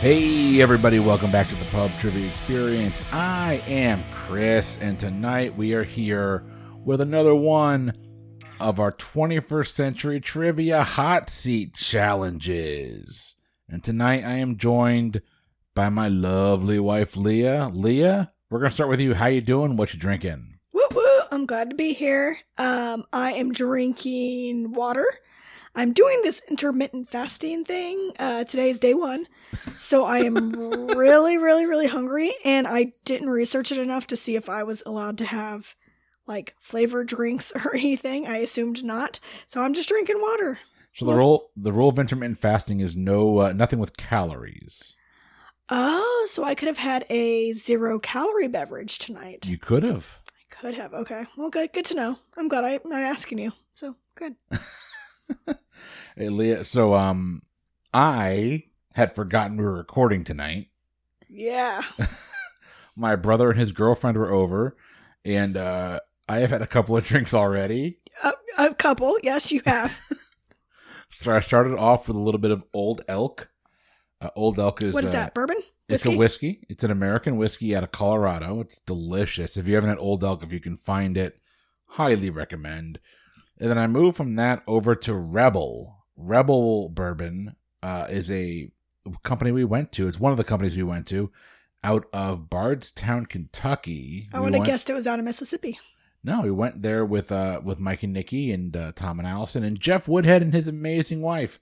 Hey, everybody, welcome back to the Pub Trivia Experience. I am Chris, and tonight we are here with another one of our 21st Century Trivia Hot Seat Challenges. And tonight I am joined by my lovely wife, Leah. Leah, we're going to start with you. How you doing? What you drinking? Woo woo! I'm glad to be here. Um, I am drinking water. I'm doing this intermittent fasting thing. Uh, today is day one, so I am really, really, really hungry, and I didn't research it enough to see if I was allowed to have like flavored drinks or anything. I assumed not, so I'm just drinking water. So the rule the rule of intermittent fasting is no uh, nothing with calories. Oh, so I could have had a zero calorie beverage tonight. You could have. I could have. Okay. Well, good. Good to know. I'm glad I, I'm asking you. So good. Hey, Leah, so um, I had forgotten we were recording tonight. Yeah. My brother and his girlfriend were over, and uh, I have had a couple of drinks already. A, a couple. Yes, you have. So I started off with a little bit of Old Elk. Uh, Old Elk is what is uh, that? Bourbon? It's a whiskey. It's an American whiskey out of Colorado. It's delicious. If you haven't had Old Elk, if you can find it, highly recommend. And then I moved from that over to Rebel. Rebel Bourbon uh, is a company we went to. It's one of the companies we went to out of Bardstown, Kentucky. I We would have went- guessed it was out of Mississippi. No, we went there with uh, with Mike and Nikki and uh, Tom and Allison and Jeff Woodhead and his amazing wife.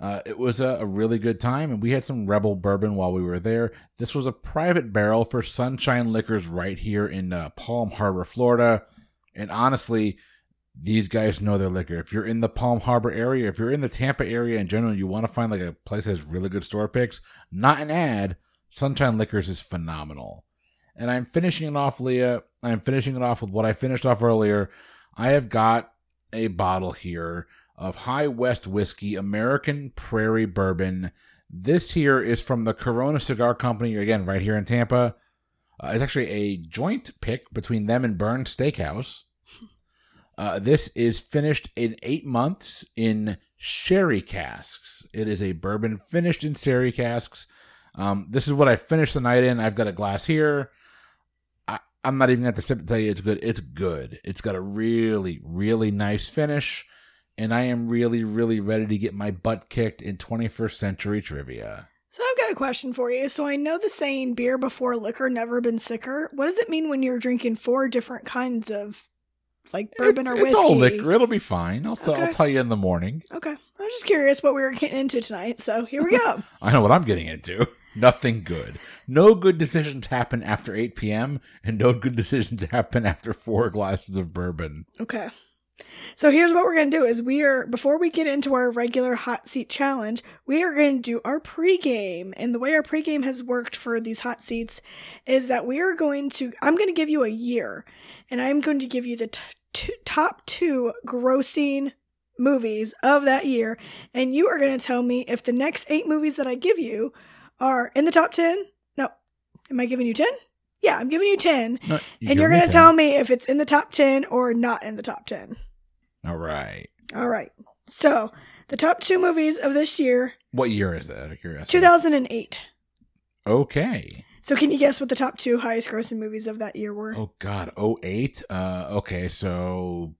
Uh, it was a, a really good time, and we had some Rebel bourbon while we were there. This was a private barrel for Sunshine Liquors right here in uh, Palm Harbor, Florida. And honestly, these guys know their liquor. If you're in the Palm Harbor area, if you're in the Tampa area in general, you want to find like a place that has really good store picks, not an ad. Sunshine Liquors is phenomenal. And I'm finishing it off, Leah. I'm finishing it off with what I finished off earlier. I have got a bottle here of High West Whiskey American Prairie Bourbon. This here is from the Corona Cigar Company, again, right here in Tampa. Uh, it's actually a joint pick between them and Burn Steakhouse. Uh, this is finished in eight months in sherry casks. It is a bourbon finished in sherry casks. Um, this is what I finished the night in. I've got a glass here. I, I'm not even going to sip to tell you it's good. It's good. It's got a really, really nice finish. And I am really, really ready to get my butt kicked in 21st century trivia. So I've got a question for you. So I know the saying "beer before liquor, never been sicker." What does it mean when you're drinking four different kinds of, like bourbon it's, or it's whiskey? all liquor. It'll be fine. I'll, I'll Okay. tell you in the morning. Okay, I was just curious what we were getting into tonight. So here we go. I know what I'm getting into. Nothing good. No good decisions happen after 8 p.m., and no good decisions happen after four glasses of bourbon. Okay. So here's what we're going to do is we are before we get into our regular hot seat challenge, we are going to do our pregame. And the way our pregame has worked for these hot seats is that we are going to I'm going to give you a year and I'm going to give you the t- t- top 2 grossing movies of that year and you are going to tell me if the next 8 movies that I give you are in the top 10? No. Am I giving you 10? Yeah, I'm giving you 10 No, you give and you're me going 10. to tell me if it's in the top 10 or not in the top 10. All right. All right. So, the top two movies of this year, What year is that? Out of curiosity. 2008. Okay. So, can you guess what the top two highest grossing movies of that year were? Oh God. Oh eight. Uh. Okay. So.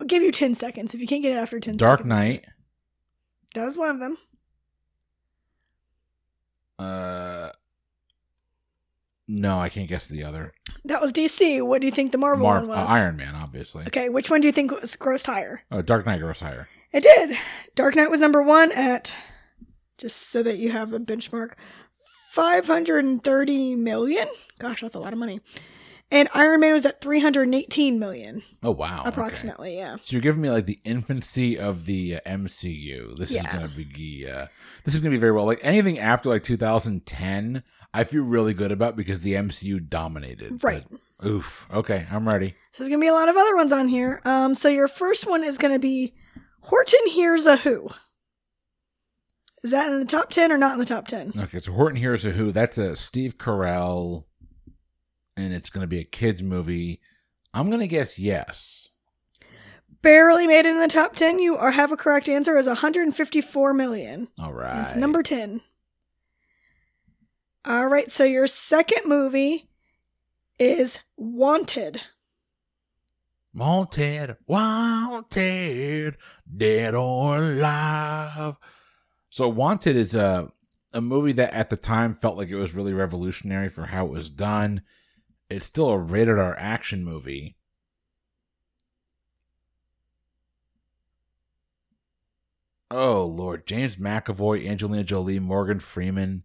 I'll give you 10 seconds. If you can't get it after 10 Dark seconds. Knight. That is one of them. Uh. No, I can't guess the other. That was DC. What do you think the Marvel Marv, one uh, was? Iron Man, obviously. Okay, which one do you think was grossed higher? Oh, Dark Knight gross higher. It did. Dark Knight was number one at, just so that you have a benchmark, 530 million. Gosh, that's a lot of money. And Iron Man was at 318 million, Oh wow. okay. approximately. Yeah. So you're giving me like the infancy of the uh, MCU. This is Yeah. gonna be uh, this is gonna be very well. Like anything after like 2010, I feel really good about because the MCU dominated. Right. But, oof. Okay, I'm ready. So there's gonna be a lot of other ones on here. Um, so your first one is gonna be Horton Hears a Who. Is that in the top ten or not in the top ten? Okay, so Horton Hears a Who. That's a Steve Carell, and it's going to be a kids movie. I'm going to guess yes. barely made it in the top 10, you are, have a correct answer is 154 million. All right. It's number 10. All right, so your second movie is Wanted. Wanted, wanted, dead or alive. So Wanted is a a movie that at the time felt like it was really revolutionary for how it was done. It's still a rated R action movie. Oh Lord, James McAvoy, Angelina Jolie, Morgan Freeman.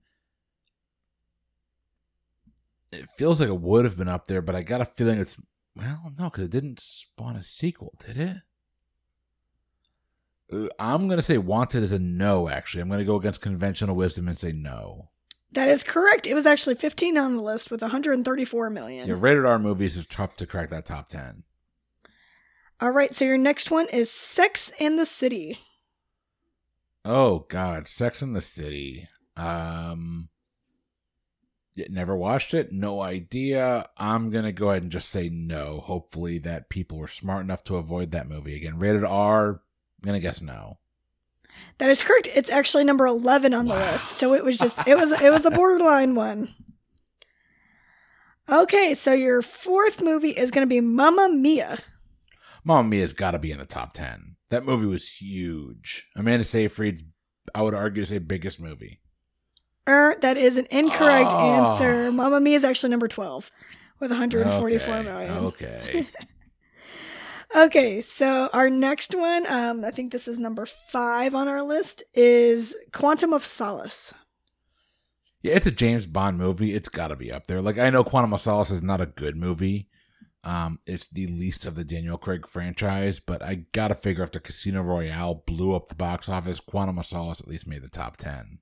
It feels like it would have been up there, but I got a feeling it's well, no, because it didn't spawn a sequel, did it? Uh, I'm going to say Wanted is a no, actually. I'm going to go against conventional wisdom and say no. That is correct. It was actually 15 on the list with 134 million. Yeah, rated R movies are tough to crack that top 10. All right, so your next one is Sex and the City. Oh, God. Sex in the City. Um, yeah, never watched it. No idea. I'm going to go ahead and just say no. Hopefully, that people were smart enough to avoid that movie. Again, rated R. I'm going to guess no. That is correct. It's actually number 11 on the list. So it was just it was it was the borderline one. Okay, so your fourth movie is going to be Mamma Mia. Mamma Mia's got to be in the top 10. That movie was huge. Amanda Seyfried's, I would argue, to say biggest movie. Er, that is an incorrect Oh. answer. Mamma Mia is actually number 12 with 144 Okay, million. Okay. Okay, so our next one, um, I think this is number five on our list, is Quantum of Solace. Yeah, it's a James Bond movie. It's got to be up there. Like I know Quantum of Solace is not a good movie. Um, it's the least of the Daniel Craig franchise, but I gotta figure after Casino Royale blew up the box office, Quantum of Solace at least made the top ten.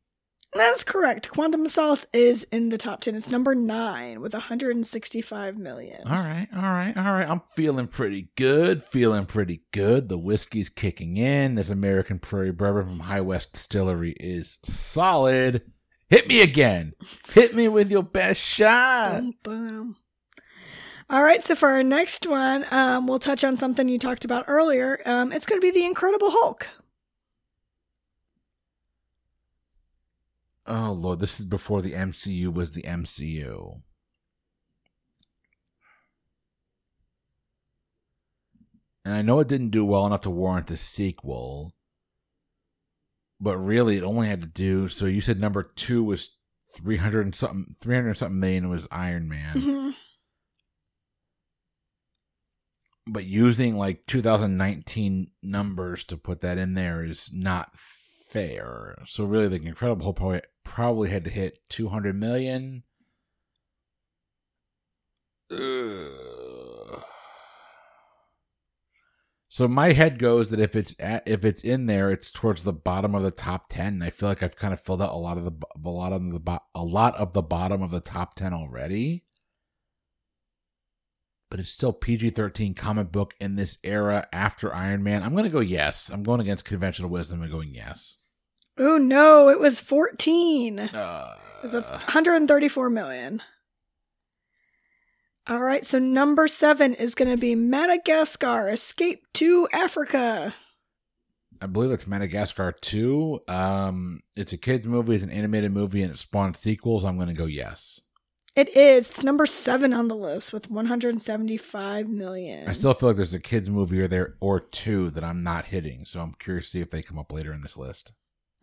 That's correct. Quantum of Solace is in the top 10. It's number nine with 165 million. All right, all right, all right. I'm feeling pretty good. Feeling pretty good. The whiskey's kicking in. This American Prairie Bourbon from High West Distillery is solid. Hit me again. Hit me with your best shot. Boom, boom. All right, so for our next one, um, we'll touch on something you talked about earlier. Um, it's going to be The Incredible Hulk. Oh lord, this is before the MCU was the MCU. And I know it didn't do well enough to warrant the sequel. But really it only had to do so you said number 2 was 300 and something 300 and something million was Iron Man. Mhm. But using like 2019 numbers to put that in there is not fair. So really the Incredible Hulk probably, probably had to hit 200 million. Ugh. So my head goes that if it's at, if it's in there, it's towards the bottom of the top ten. And I feel like I've kind of filled out a lot of the bo- a lot of the bo- a lot of the bottom of the top ten already. But it's still PG thirteen comic book in this era after Iron Man. I'm gonna go yes. I'm going against conventional wisdom and going yes. Oh, no, it was 14. It Uh, was a 134 million. All right, so number seven is going to be Madagascar Escape to Africa. I believe it's Madagascar two. Um, it's a kids movie. It's an animated movie, and it spawned sequels. I'm gonna go yes. It is. It's number seven on the list with 175 million. I still feel like there's a kids movie or there or two that I'm not hitting, so I'm curious to see if they come up later in this list.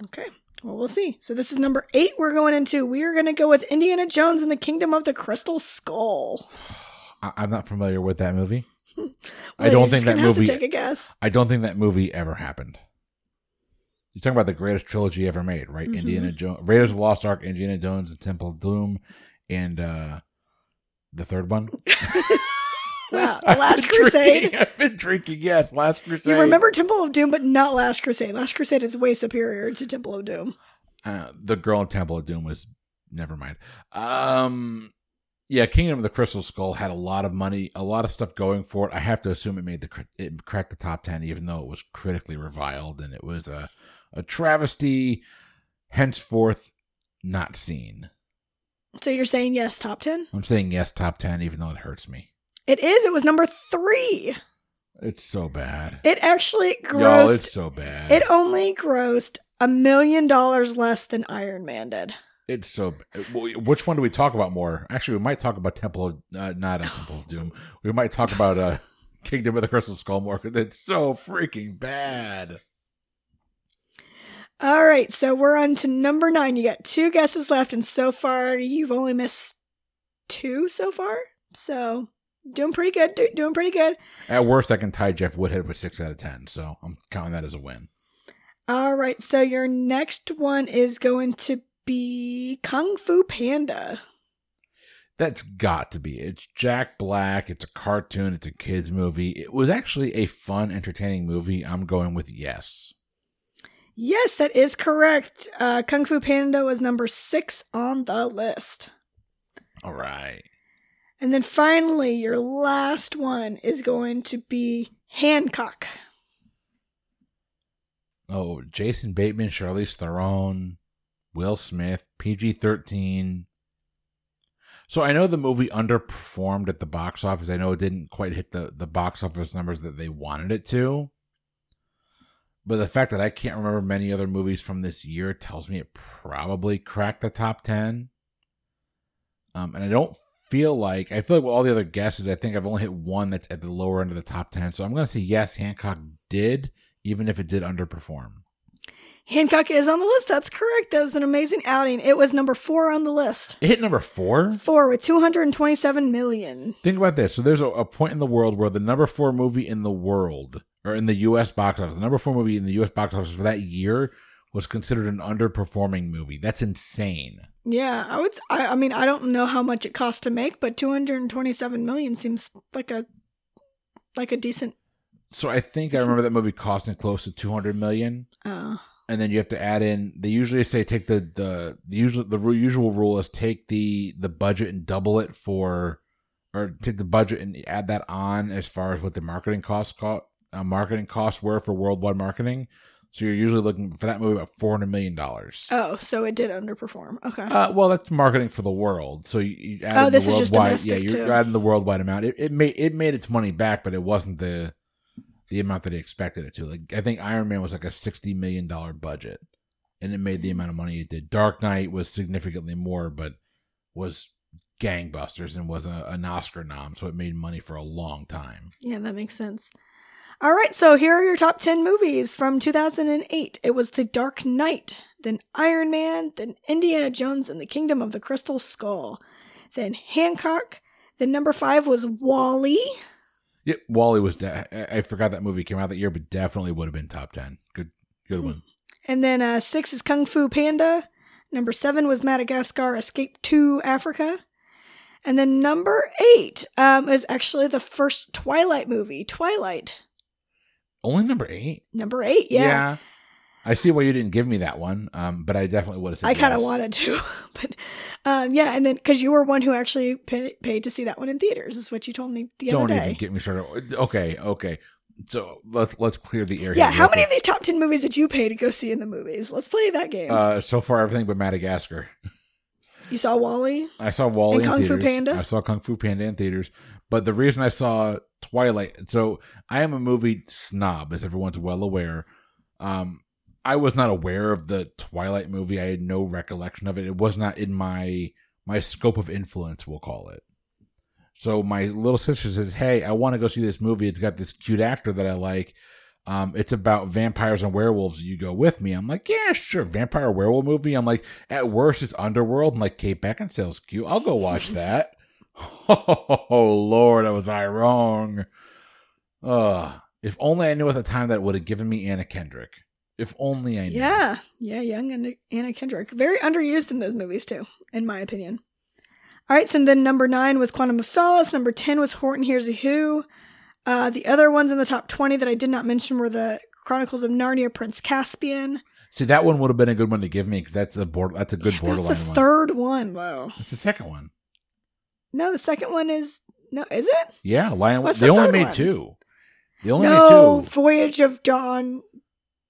Okay. Well, we'll see. So this is number eight we're going into. We are going to go with Indiana Jones and the Kingdom of the Crystal Skull. I- I'm not familiar with that movie. I Well, don't you're think just that gonna have to movie- take a guess. I don't think that movie ever happened. You're talking about the greatest trilogy ever made, right? Mhm. Indiana Jones, Raiders of the Lost Ark, Indiana Jones, and Temple of Doom, and uh, the third one. Wow, The I've Last been Crusade. drinking- I've been drinking. Yes, Last Crusade. You remember Temple of Doom, but not Last Crusade. Last Crusade is way superior to Temple of Doom. uh, the girl in Temple of Doom was never mind. Um, yeah, Kingdom of the Crystal Skull had a lot of money, a lot of stuff going for it. I have to assume it made the cr- it cracked the top ten, even though it was critically reviled and it was a a travesty, henceforth not seen. So you're saying yes, top ten? I'm saying yes, top ten, even though it hurts me. It is. It was number three. It's so bad. It actually Y'all, grossed it's so bad. it only grossed a million dollars less than Iron Man did. it's so. b- w- Which one do we talk about more? Actually, we might talk about Temple of uh, not a Temple of Doom. We might talk about uh, Kingdom of the Crystal Skull more 'cause it's so freaking bad. All right, so we're on to number nine. You got two guesses left, and so far you've only missed two so far. So doing pretty good. do- Doing pretty good. At worst, I can tie Jeff Woodhead with six out of ten, so I'm counting that as a win. All right, so your next one is going to be Kung Fu Panda. That's got to be. It's Jack Black. It's a cartoon. It's a kids movie. It was actually a fun, entertaining movie. I'm going with yes. Yes, that is correct. Uh, Kung Fu Panda was number six on the list. All right. And then finally, your last one is going to be Hancock. Oh, Jason Bateman, Charlize Theron, Will Smith, PG 13. So I know the movie underperformed at the box office. I know it didn't quite hit the, the box office numbers that they wanted it to. But the fact that I can't remember many other movies from this year tells me it probably cracked the top 10. Um, and I don't feel like, I feel like with all the other guesses, I think I've only hit one that's at the lower end of the top 10. So I'm going to say yes, Hancock did, even if it did underperform. Hancock is on the list. That's correct. That was an amazing outing. It was number four on the list. It hit number four. Four with 227 million. Think about this. So there's a, a point in the world where the number four movie in the world, or in the U.S. box office, the number four movie in the U.S. box office for that year was considered an underperforming movie. That's insane. Yeah, I would. I, I mean, I don't know how much it cost to make, but 227 million seems like a like a decent. So I think I remember that movie costing close to 200 million. Uh, and then you have to add in they usually say take the the, the usual the ru- usual rule is take the the budget and double it for or take the budget and add that on as far as what the marketing costs co- uh, marketing costs were for worldwide marketing so you're usually looking for that movie about 400 million dollars oh, so it did underperform. Okay. uh, well, that's marketing for the world. So you, you add Oh, in this the is just worldwide, yeah, domestic, you're too. adding the worldwide amount. It, it made it made its money back, but it wasn't the the amount that it expected it to. Like I think Iron Man was like a sixty million dollar budget, and it made the amount of money it did. Dark Knight was significantly more, but was gangbusters and was a, an Oscar nom, so it made money for a long time. Yeah, that makes sense. All right, so here are your top 10 movies from 2008. It was The Dark Knight, then Iron Man, then Indiana Jones and the Kingdom of the Crystal Skull, then Hancock. Then number five was Wally. Yep, Wally was. De- I I forgot that movie came out that year, but definitely would have been top ten. Good, good Hmm. one. And then uh, six is Kung Fu Panda. Number seven was Madagascar Escape to Africa. And then number eight um, is actually the first Twilight movie, Twilight. Only number eight. Number eight, yeah. I see why you didn't give me that one, um, but I definitely would have said I kind of yes. wanted to, but um, yeah, and then because you were one who actually pay, paid to see that one in theaters, is what you told me the Don't other even day. get me started. Okay, okay. So let's let's clear the air. here yeah, how real many of quick. these top ten movies did you pay to go see in the movies? Let's play that game. Uh, so far, everything but Madagascar. you saw Wally. I saw Wally And in Kung Fu theaters. Panda? I saw Kung Fu Panda in theaters. But the reason I saw Twilight, so I am a movie snob, as everyone's well aware. Um, I was not aware of the Twilight movie. I had no recollection of it. It was not in my my scope of influence. We'll call it. So my little sister says, "Hey, I want to go see this movie. It's got this cute actor that I like. Um, it's about vampires and werewolves. You go with me." I'm like, "Yeah, sure. Vampire werewolf movie." I'm like, "At worst, it's Underworld." I'm like, "Kate Beckinsale's cute. I'll go watch that." oh Lord, was I wrong? Ugh. If only I knew at the time that would have given me Anna Kendrick. If only I knew. Yeah, yeah, young Anna, Anna Kendrick, very underused in those movies too, in my opinion. All right, so then number nine was Quantum of Solace. Number ten was Horton Hears a Who. Uh, the other ones in the top twenty that I did not mention were the Chronicles of Narnia, Prince Caspian. See, that one would have been a good one to give me because that's a board. That's a good Yeah, borderline That's the one. third one, though. That's the second one. No, the second one is no, is it? Yeah, Lion. What's they the only third made one? two. They only no, made two. Voyage of Dawn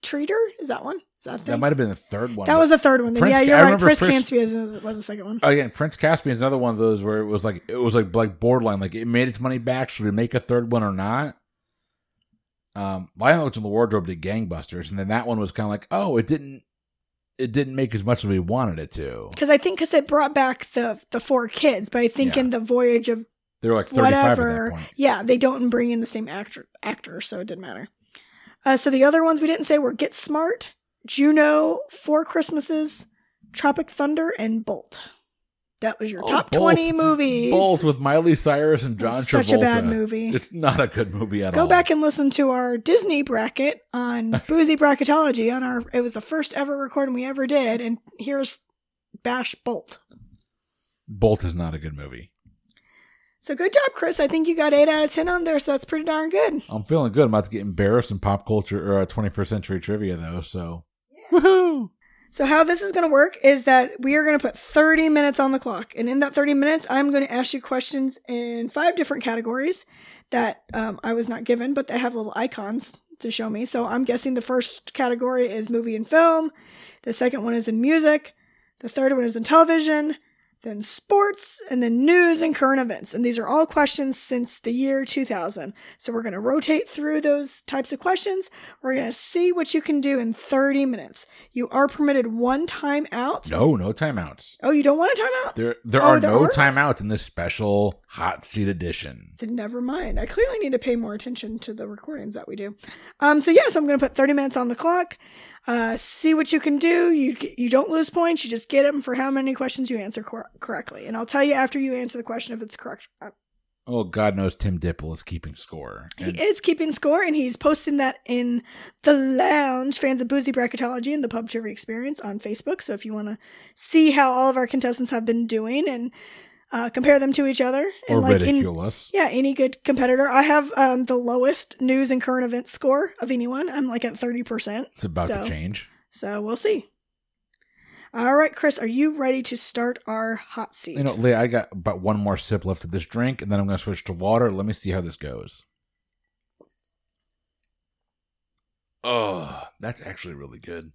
Treater is that one? Is that the That thing? might have been the third one. that but- was the third one. Then Prince- yeah, I you're right. remember Prince, Prince- Caspian is- was the second one. again. Prince Caspian is another one of those where it was like it was like like borderline. Like it made its money back. Should we make a third one or not? Um, Lionel looked in the wardrobe did gangbusters, and then that one was kind of like, oh, it didn't, it didn't make as much as we wanted it to. Because I think because it brought back the the four kids, but I think Yeah. in the voyage of They were like thirty-five at whatever, that point. yeah, they don't bring in the same actor actor, so it didn't matter. Uh, so the other ones we didn't say were Get Smart, Juno, Four Christmases, Tropic Thunder, and Bolt. That was your Oh, top Bolt. twenty movies. Both with Miley Cyrus and John It's Travolta. Such a bad movie. It's not a good movie at Go all. back and listen to our Disney bracket on Boozy Bracketology on our it was the first ever recording we ever did and here's Bash Bolt. Bolt is not a good movie. So good job Chris. I think you got 8 out of 10 on there so that's pretty darn good. I'm feeling good. I'm about to get embarrassed in pop culture or uh, 21st century trivia though. So, woohoo! So how this is going to work is that we are going to put 30 minutes on the clock and in that 30 minutes I'm going to ask you questions in five different categories that um, I was not given but they have little icons to show me. So I'm guessing the first category is movie and film, the second one is in music, the third one is in television, then sports, and then news and current events. And these are all questions since the year 2000. So we're going to rotate through those types of questions. We're going to see what you can do in 30 minutes. You are permitted one time out. No, no timeouts. Oh, you don't want a timeout? There, there Oh, are there no aren't? timeouts in this special hot seat edition. Then never mind. I clearly need to pay more attention to the recordings that we do. Um, so yeah, so I'm going to put 30 minutes on the clock. Uh, see what you can do. You you don't lose points. You just get them for how many questions you answer cor- correctly. And I'll tell you after you answer the question if it's correct. Uh, Oh, God knows Tim Dipple is keeping score. He And is keeping score, and he's posting that in the lounge, fans of boozy bracketology and the pub trivia experience on Facebook. So if you want to see how all of our contestants have been doing and uh, compare them to each other, and or in- ridicule us. yeah, any good competitor. I have um, the lowest news and current event score of anyone. I'm like at 30%. It's about So. to change. So we'll see. All right, Chris, are you ready to start our hot seat? You know, Leah, I got about one more sip left of this drink, and then I'm going to switch to water. Let me see how this goes. Oh, that's actually really good.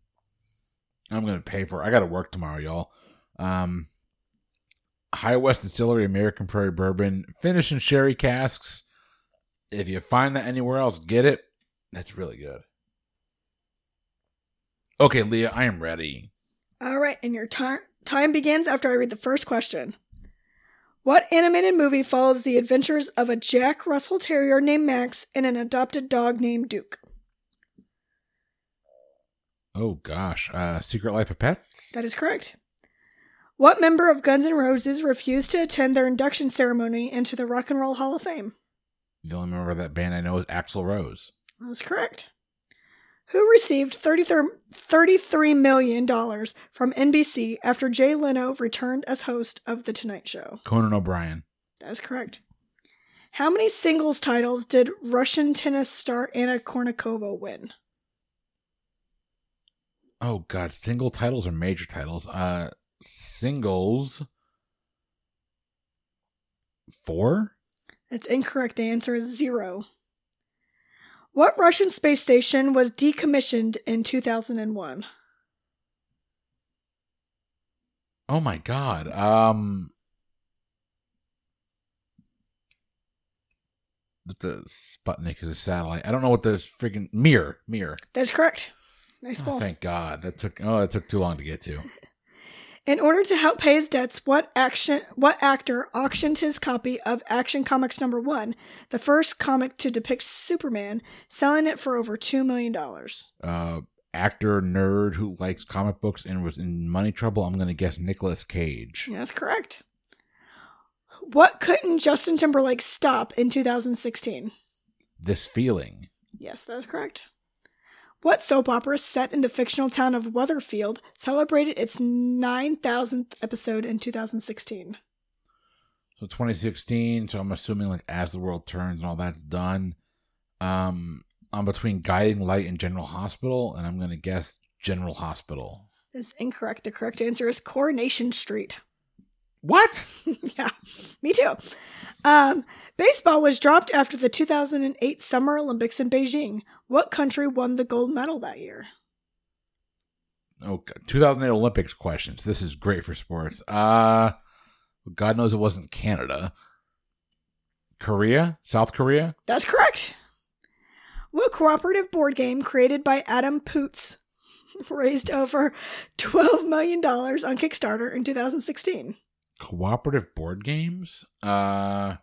I'm going to pay for it. I got to work tomorrow, y'all. Um, High West Distillery American Prairie Bourbon, finish in sherry casks. If you find that anywhere else, get it. That's really good. Okay, Leah, I am ready. All right, and your time time begins after I read the first question. What animated movie follows the adventures of a Jack Russell Terrier named Max and an adopted dog named Duke? Oh gosh, uh, Secret Life of Pets. That is correct. What member of Guns N' Roses refused to attend their induction ceremony into the Rock and Roll Hall of Fame? The only member of that band I know is Axl Rose. That's correct. Who received 33 $33 million from NBC after Jay Leno returned as host of The Tonight Show? Conan O'Brien. That is correct. How many singles titles did Russian tennis star Anna Kournikova win? Oh God, single titles or major titles? Uh, singles. Four. That's incorrect. The answer is zero. What Russian space station was decommissioned in 2001? Oh my God. Um. The Sputnik is a satellite. I don't know what this freaking mirror mirror. That is correct. Nice Oh, ball. thank God that took. Oh, that took too long to get to. In order to help pay his debts, what action what actor auctioned his copy of Action Comics number 1, the first comic to depict Superman, selling it for over 2 million dollars? Uh, actor nerd who likes comic books and was in money trouble. I'm gonna guess Nicolas Cage. That's correct. What couldn't Justin Timberlake stop in 2016? This feeling. Yes, that's correct. What soap opera set in the fictional town of Weatherfield celebrated its 9000th episode in 2016? So 2016. So I'm assuming like as the world turns and all that's done. Um, I'm between Guiding Light and General Hospital, and I'm gonna guess General Hospital. That's incorrect. The correct answer is Coronation Street. What? yeah, me too. Um, baseball was dropped after the 2008 Summer Olympics in Beijing. What country won the gold medal that year? Oh, God. 2008 Olympics questions. This is great for sports. Uh, God knows it wasn't Canada. Korea, South Korea. That's correct. What cooperative board game created by Adam Poots raised over $12 million on Kickstarter in 2016? Cooperative board games? Uh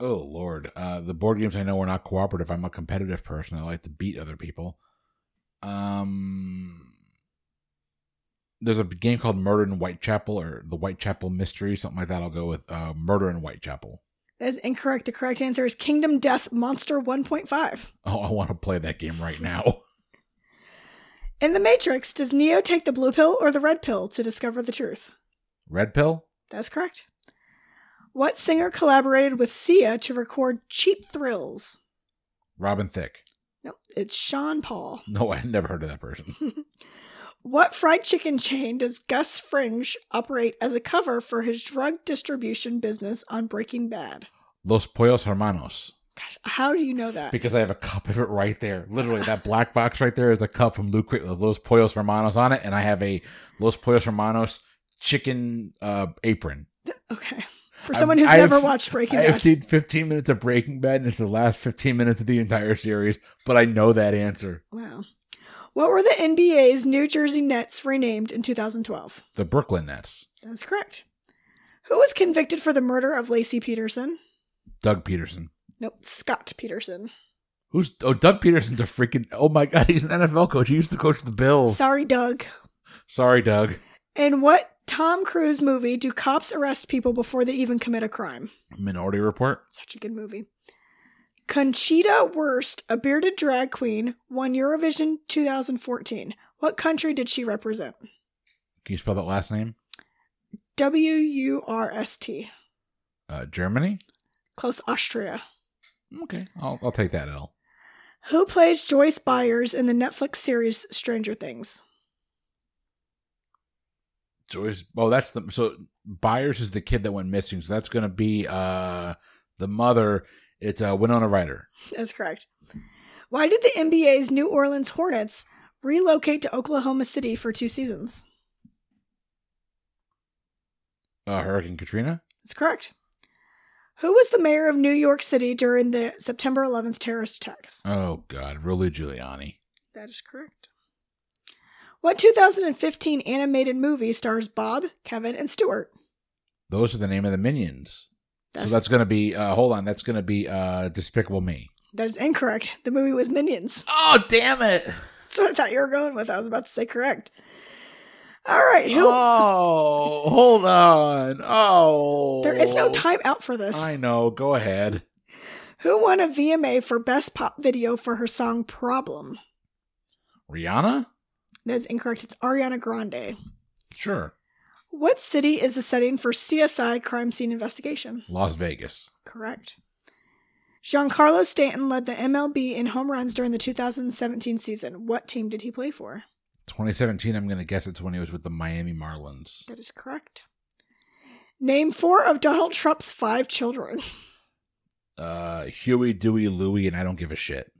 Oh Lord. Uh the board games I know are not cooperative. I'm a competitive person. I like to beat other people. Um there's a game called Murder in Whitechapel or the Whitechapel Mystery, something like that. I'll go with uh, Murder in Whitechapel. That is incorrect. The correct answer is Kingdom Death Monster 1.5. Oh, I want to play that game right now. In The Matrix, does Neo take the blue pill or the red pill to discover the truth? Red Pill? That's correct. What singer collaborated with Sia to record Cheap Thrills? Robin Thicke. No, it's Sean Paul. No, I never heard of that person. What fried chicken chain does Gus Fringe operate as a cover for his drug distribution business on Breaking Bad? Los Pollos Hermanos. Gosh, how do you know that? Because I have a cup of it right there. Literally, that black box right there is a cup from Luke with Los Pollos Hermanos on it, and I have a Los Pollos Hermanos chicken uh, apron. Okay. For someone who's I've- never I've- watched Breaking I have Bad. seen 15 minutes of Breaking Bad, and it's the last 15 minutes of the entire series, but I know that answer. Wow. What were the NBA's New Jersey Nets renamed in 2012? The Brooklyn Nets. That's correct. Who was convicted for the murder of Lacey Peterson? Doug Peterson. Nope, Scott Peterson. Who's oh Doug Peterson's a freaking oh my god he's an NFL coach he used to coach the Bills Sorry, Doug. sorry Doug In what Tom Cruise movie do cops arrest people before they even commit a crime? Minority Report Such a good movie. Conchita Wurst, a bearded drag queen, won Eurovision 2014. What country did she represent? can you spell that last name W U R S T. uh, Germany Close Austria. Okay, I'll, I'll take that L. Who plays Joyce Byers in the Netflix series Stranger Things? Joyce. Oh, that's the so Byers is the kid that went missing. So that's gonna be uh the mother. It's uh, Winona Ryder. That's correct. Why did the NBA's New Orleans Hornets relocate to Oklahoma City for two seasons? Uh, Hurricane Katrina. That's correct. Who was the mayor of New York City during the September 11th terrorist attacks? Oh God, really Giuliani. That is correct. What 2015 animated movie stars Bob, Kevin, and Stuart? Those are the name of the minions. That's, so that's gonna be. Uh, hold on, that's gonna be uh Despicable Me. that is incorrect. The movie was Minions. Oh damn it! That's what I thought you were going with. I was about to say correct. All right. Who? Oh, hold on. Oh, there is no time out for this. I know. Go ahead. Who won a VMA for Best Pop Video for her song Problem? Rihanna. That is incorrect. It's Ariana Grande. Sure. What city is the setting for CSI crime scene investigation? Las Vegas. Correct. Giancarlo Stanton led the MLB in home runs during the 2017 season. What team did he play for? 2017. I'm gonna guess it's when he was with the Miami Marlins. That is correct. Name four of Donald Trump's five children. uh Huey, Dewey, Louie, and I don't give a shit.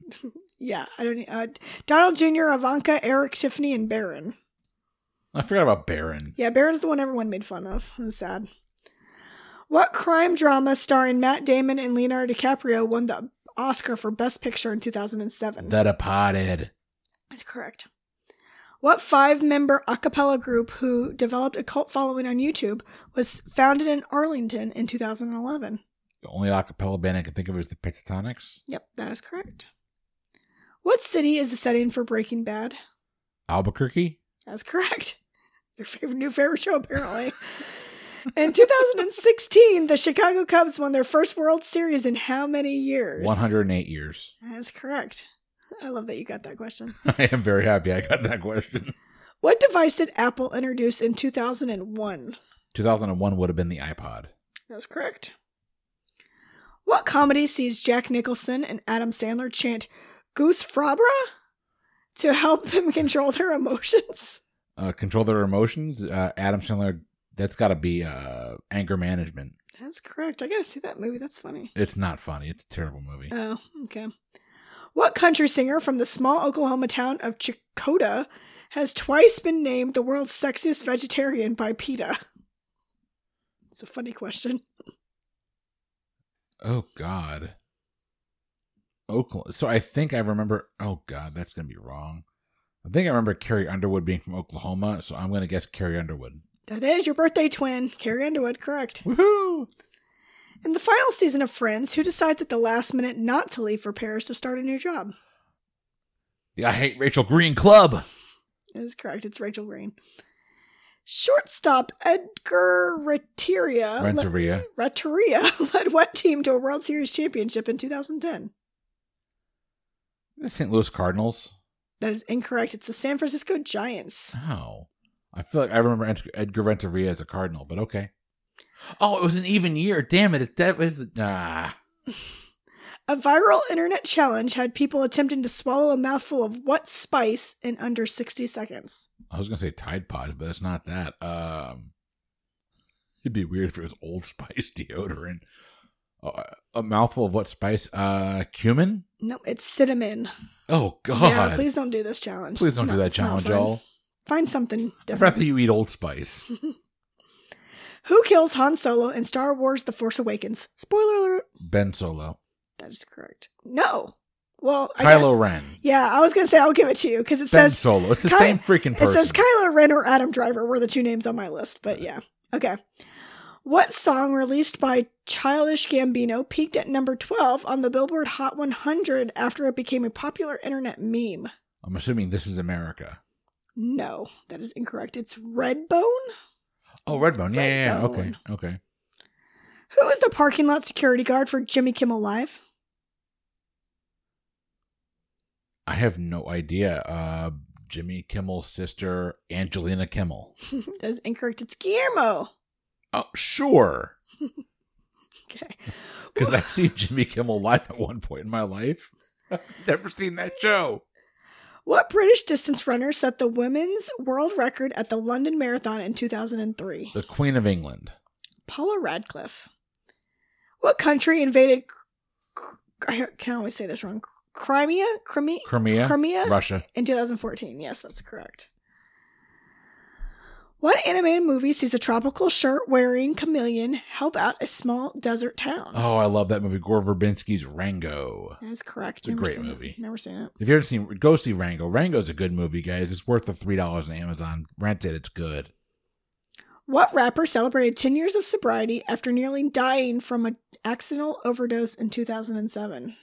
yeah, I don't. Uh, Donald Jr., Ivanka, Eric, Tiffany, and Barron. I forgot about Baron. Yeah, Barron's the one everyone made fun of. It was sad. What crime drama starring Matt Damon and Leonardo DiCaprio won the Oscar for Best Picture in 2007? The Departed. That's correct. What five member a cappella group who developed a cult following on YouTube was founded in Arlington in 2011? The only acapella band I can think of is the Pentatonics. Yep, that is correct. What city is the setting for Breaking Bad? Albuquerque. That's correct. Your favorite new favorite show, apparently. in 2016, the Chicago Cubs won their first World Series in how many years? 108 years. That's correct. I love that you got that question. I am very happy I got that question. What device did Apple introduce in 2001? 2001 would have been the iPod. That's correct. What comedy sees Jack Nicholson and Adam Sandler chant Goose Frabra to help them control their emotions? Uh, control their emotions. Uh, Adam Sandler. That's got to be uh, anger management. That's correct. I gotta see that movie. That's funny. It's not funny. It's a terrible movie. Oh, okay. What country singer from the small Oklahoma town of Chakota has twice been named the world's sexiest vegetarian by PETA? It's a funny question. Oh God. Oklahoma. So I think I remember. Oh God, that's gonna be wrong. I think I remember Carrie Underwood being from Oklahoma, so I'm gonna guess Carrie Underwood. That is your birthday twin, Carrie Underwood, correct. Woohoo! In the final season of Friends, who decides at the last minute not to leave for Paris to start a new job? The I Hate Rachel Green Club. That is correct. It's Rachel Green. Shortstop Edgar Renteria led, Renteria. Renteria led what team to a World Series championship in 2010? The St. Louis Cardinals. That is incorrect. It's the San Francisco Giants. Oh. I feel like I remember Ed- Edgar Renteria as a Cardinal, but okay. Oh, it was an even year. Damn it. It's that was nah. A viral internet challenge had people attempting to swallow a mouthful of what spice in under 60 seconds? I was gonna say Tide Pods, but it's not that. Um It'd be weird if it was Old Spice deodorant. Uh, a mouthful of what spice? Uh, cumin. No, it's cinnamon. Oh God! Yeah, please don't do this challenge. Please It's don't do not- that it's not challenge, fun. y'all. Find something I'd different. rather you eat Old Spice. Who kills Han Solo in Star Wars The Force Awakens? Spoiler alert. Ben Solo, That is correct. No. Well, I Kylo guess. Ren, Yeah, I was going to say I'll give it to you because it Ben says Solo. It's the Ky- same freaking person. it says Kylo Ren or Adam Driver were the two names on my list, but yeah. Okay. What song released by Childish Gambino peaked at number 12 on the Billboard Hot 100 after it became a popular internet meme? I'm assuming this is America. No, that is incorrect. It's Redbone. Oh, Redbone. Yeah, yeah, yeah. Okay, Redbone. okay. Who was the parking lot security guard for Jimmy Kimmel Live? I have no idea. Uh, Jimmy Kimmel's sister, Angelina Kimmel. that is incorrect. It's Guillermo. Oh, sure. Okay. Because I've seen Jimmy Kimmel live at one point in my life. I've never seen that show. What British distance runner set the women's world record at the London Marathon in 2003? The Queen of England. Paula Radcliffe. What country invaded? Cr- Cr- I can always say this wrong. Crimea, Crimea, Crimea. Crimea Russia. in 2014. Yes, that's correct. What animated movie sees a tropical shirt wearing chameleon help out a small desert town? Oh, I love that movie. Gore Verbinski's Rango. That is correct. It's a great seen movie. It. Never seen it. If you haven't seen, go see Rango. Rango's a good movie, guys. It's worth the three dollars on Amazon. Rent it. It's good. What rapper celebrated 10 years of sobriety after nearly dying from an accidental overdose in 2007?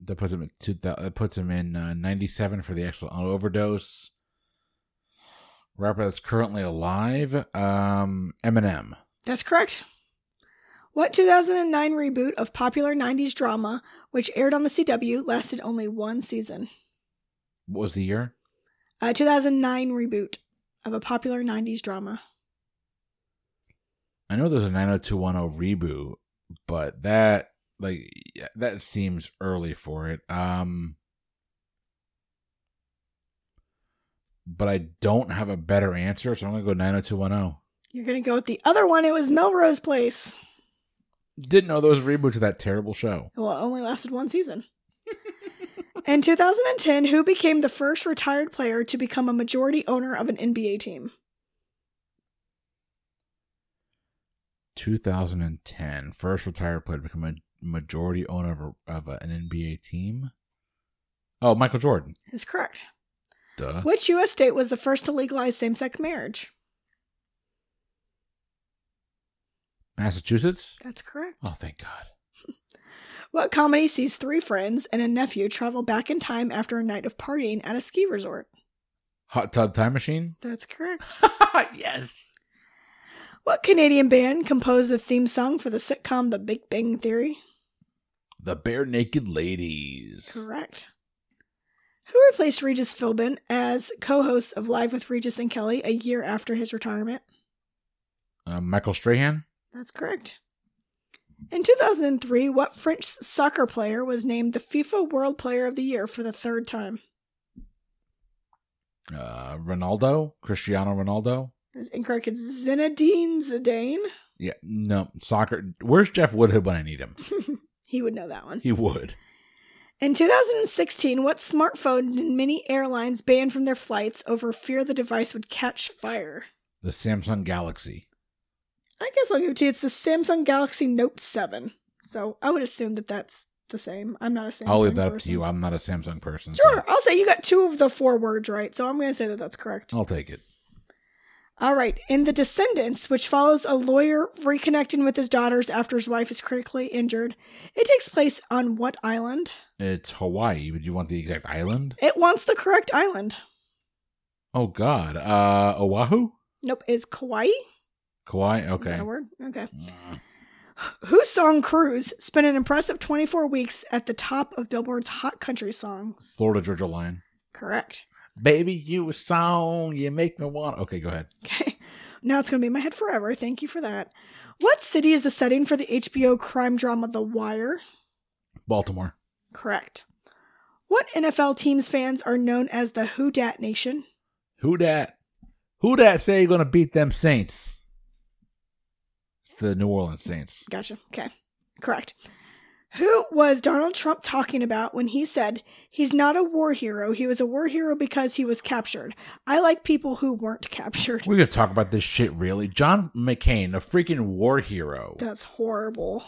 That puts him at two. thou- That puts him in uh, ninety-seven for the actual overdose. Rapper that's currently alive, um, Eminem. That's correct. What 2009 reboot of popular 90s drama, which aired on the CW, lasted only one season? What was the year? A 2009 reboot of a popular 90s drama. I know there's a 90210 reboot, but that like yeah, that seems early for it. Um but I don't have a better answer, so I'm going to go 90210. You're going to go with the other one. It was Melrose Place. Didn't know those reboots of that terrible show. Well, it only lasted one season. in 2010, who became the first retired player to become a majority owner of an NBA team? 2010, first retired player to become a majority owner of, a, of a- an NBA team. Oh, Michael Jordan. Is correct. Duh. Which U.S. state was the first to legalize same sex marriage? Massachusetts? That's correct. Oh, thank God. What comedy sees three friends and a nephew travel back in time after a night of partying at a ski resort? Hot Tub Time Machine? That's correct. yes. What Canadian band composed the theme song for the sitcom The Big Bang Theory? The Bare Naked Ladies. Correct. Who replaced Regis Philbin as co host of Live with Regis and Kelly a year after his retirement? Uh, Michael Strahan. That's correct. In 2003, what French soccer player was named the FIFA World Player of the Year for the third time? Uh, Ronaldo. Cristiano Ronaldo. That's incorrect. It's Zinedine Zidane. Yeah, no. Soccer. Where's Jeff Woodhead when I need him? He would know that one. He would. In 2016, what smartphone did many airlines ban from their flights over fear the device would catch fire? The Samsung Galaxy. I guess I'll give it to you. It's the Samsung Galaxy Note 7. So I would assume that that's the same. I'm not a Samsung. I'll leave that up person. to you. I'm not a Samsung person. so Sure, I'll say you got two of the four words right, so I'm going to say that that's correct. I'll take it. All right, in The Descendants, which follows a lawyer reconnecting with his daughters after his wife is critically injured, it takes place on what island? It's Hawaii. Would you want the exact island? It wants the correct island. Oh God. Uh, Oahu, Nope, it's Kauai. Kauai. Is that Okay. a word? Okay. Mm. Who Song Cruise spent an impressive 24 weeks at the top of Billboard's Hot Country Songs. Florida Georgia Line. Correct. Baby, you a song you make me want. Okay, go ahead. Okay. Now it's going to be in my head forever. Thank you for that. What city is the setting for the HBO crime drama The Wire? Baltimore. Correct. What NFL team's fans are known as the Who Dat Nation? Who dat? Who dat say you gonna beat them Saints? It's the New Orleans Saints. Gotcha. Okay. Correct. Who was Donald Trump talking about when he said he's not a war hero? He was a war hero because he was captured. I like people who weren't captured. We're gonna talk about this shit really. John McCain, a freaking war hero. That's horrible.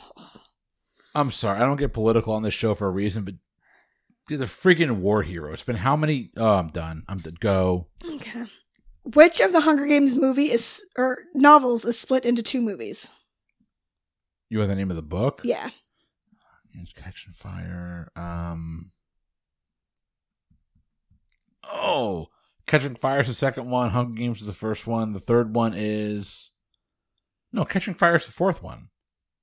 I'm sorry, I don't get political on this show for a reason, but he's a freaking war hero. It's been how many? Oh, I'm done. I'm done. Go. Okay. Which of the Hunger Games movie is or novels is split into two movies? You want the name of the book? Yeah. It's Catching Fire. Um. Oh, Catching Fire is the second one. Hunger Games is the first one. The third one is. No, Catching Fire is the fourth one.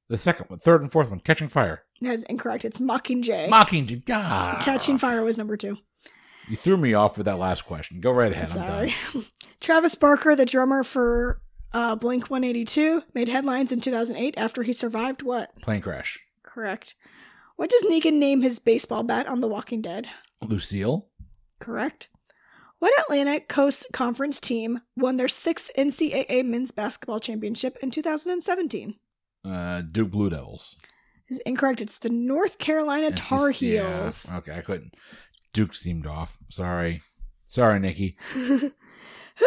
The second one, third and fourth one. Catching Fire. That's incorrect. It's Mockingjay. Mocking God. Catching Fire was number two. You threw me off with that last question. Go right ahead. I'm done. Sorry. Travis Barker, the drummer for uh, Blink 182, made headlines in 2008 after he survived what? Plane crash. Correct. What does Negan name his baseball bat on The Walking Dead? Lucille. Correct. What Atlantic Coast Conference team won their sixth NCAA men's basketball championship in 2017? Uh, Duke Blue Devils. Is incorrect. It's the North Carolina It's Tar just- yeah. Heels. Okay, I couldn't. Duke seemed off. Sorry. Sorry, Nikki. Who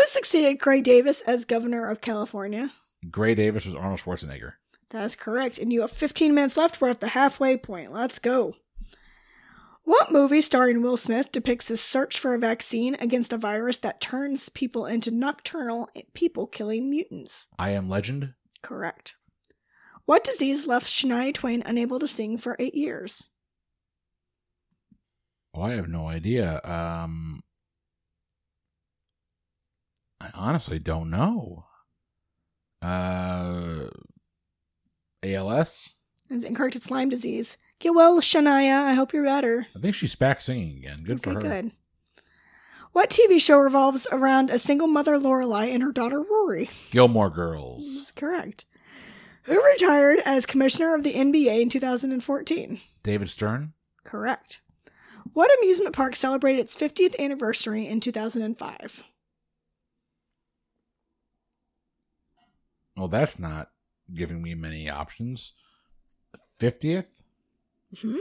succeeded Gray Davis as governor of California? Gray Davis was Arnold Schwarzenegger. That's correct. And you have 15 minutes left. We're at the halfway point. Let's go. What movie starring Will Smith depicts his search for a vaccine against a virus that turns people into nocturnal, people killing mutants? I Am Legend. Correct. What disease left Shania Twain unable to sing for eight years? Oh, I have no idea. Um, I honestly don't know. Uh, ALS. Is incorrect. It's Lyme disease. Get well, Shania. I hope you're better. I think she's back singing again. Good for her. good. What TV show revolves around a single mother, Lorelai, and her daughter, Rory? Gilmore Girls. That's correct. Who retired as commissioner of the NBA in 2014? David Stern. Correct. What amusement park celebrated its 50th anniversary in 2005? Well, that's not giving me many options. Fiftieth. Mhm.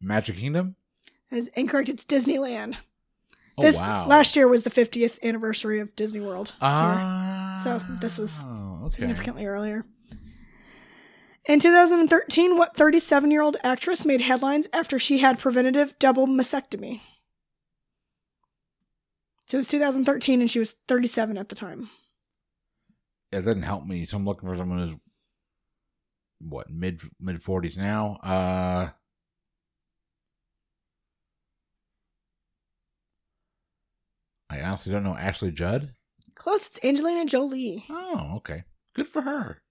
Magic Kingdom. That is incorrect. It's Disneyland. Oh this wow! last year was the 50th anniversary of Disney World. here, ah, So this was okay. significantly earlier. In 2013, what 37 year old actress made headlines after she had preventative double mastectomy? So it was 2013 and she was 37 at the time. It doesn't help me. So I'm looking for someone who's what mid mid forties now. Uh, I honestly don't know Ashley Judd. Close, it's Angelina Jolie. Oh, okay. Good for her.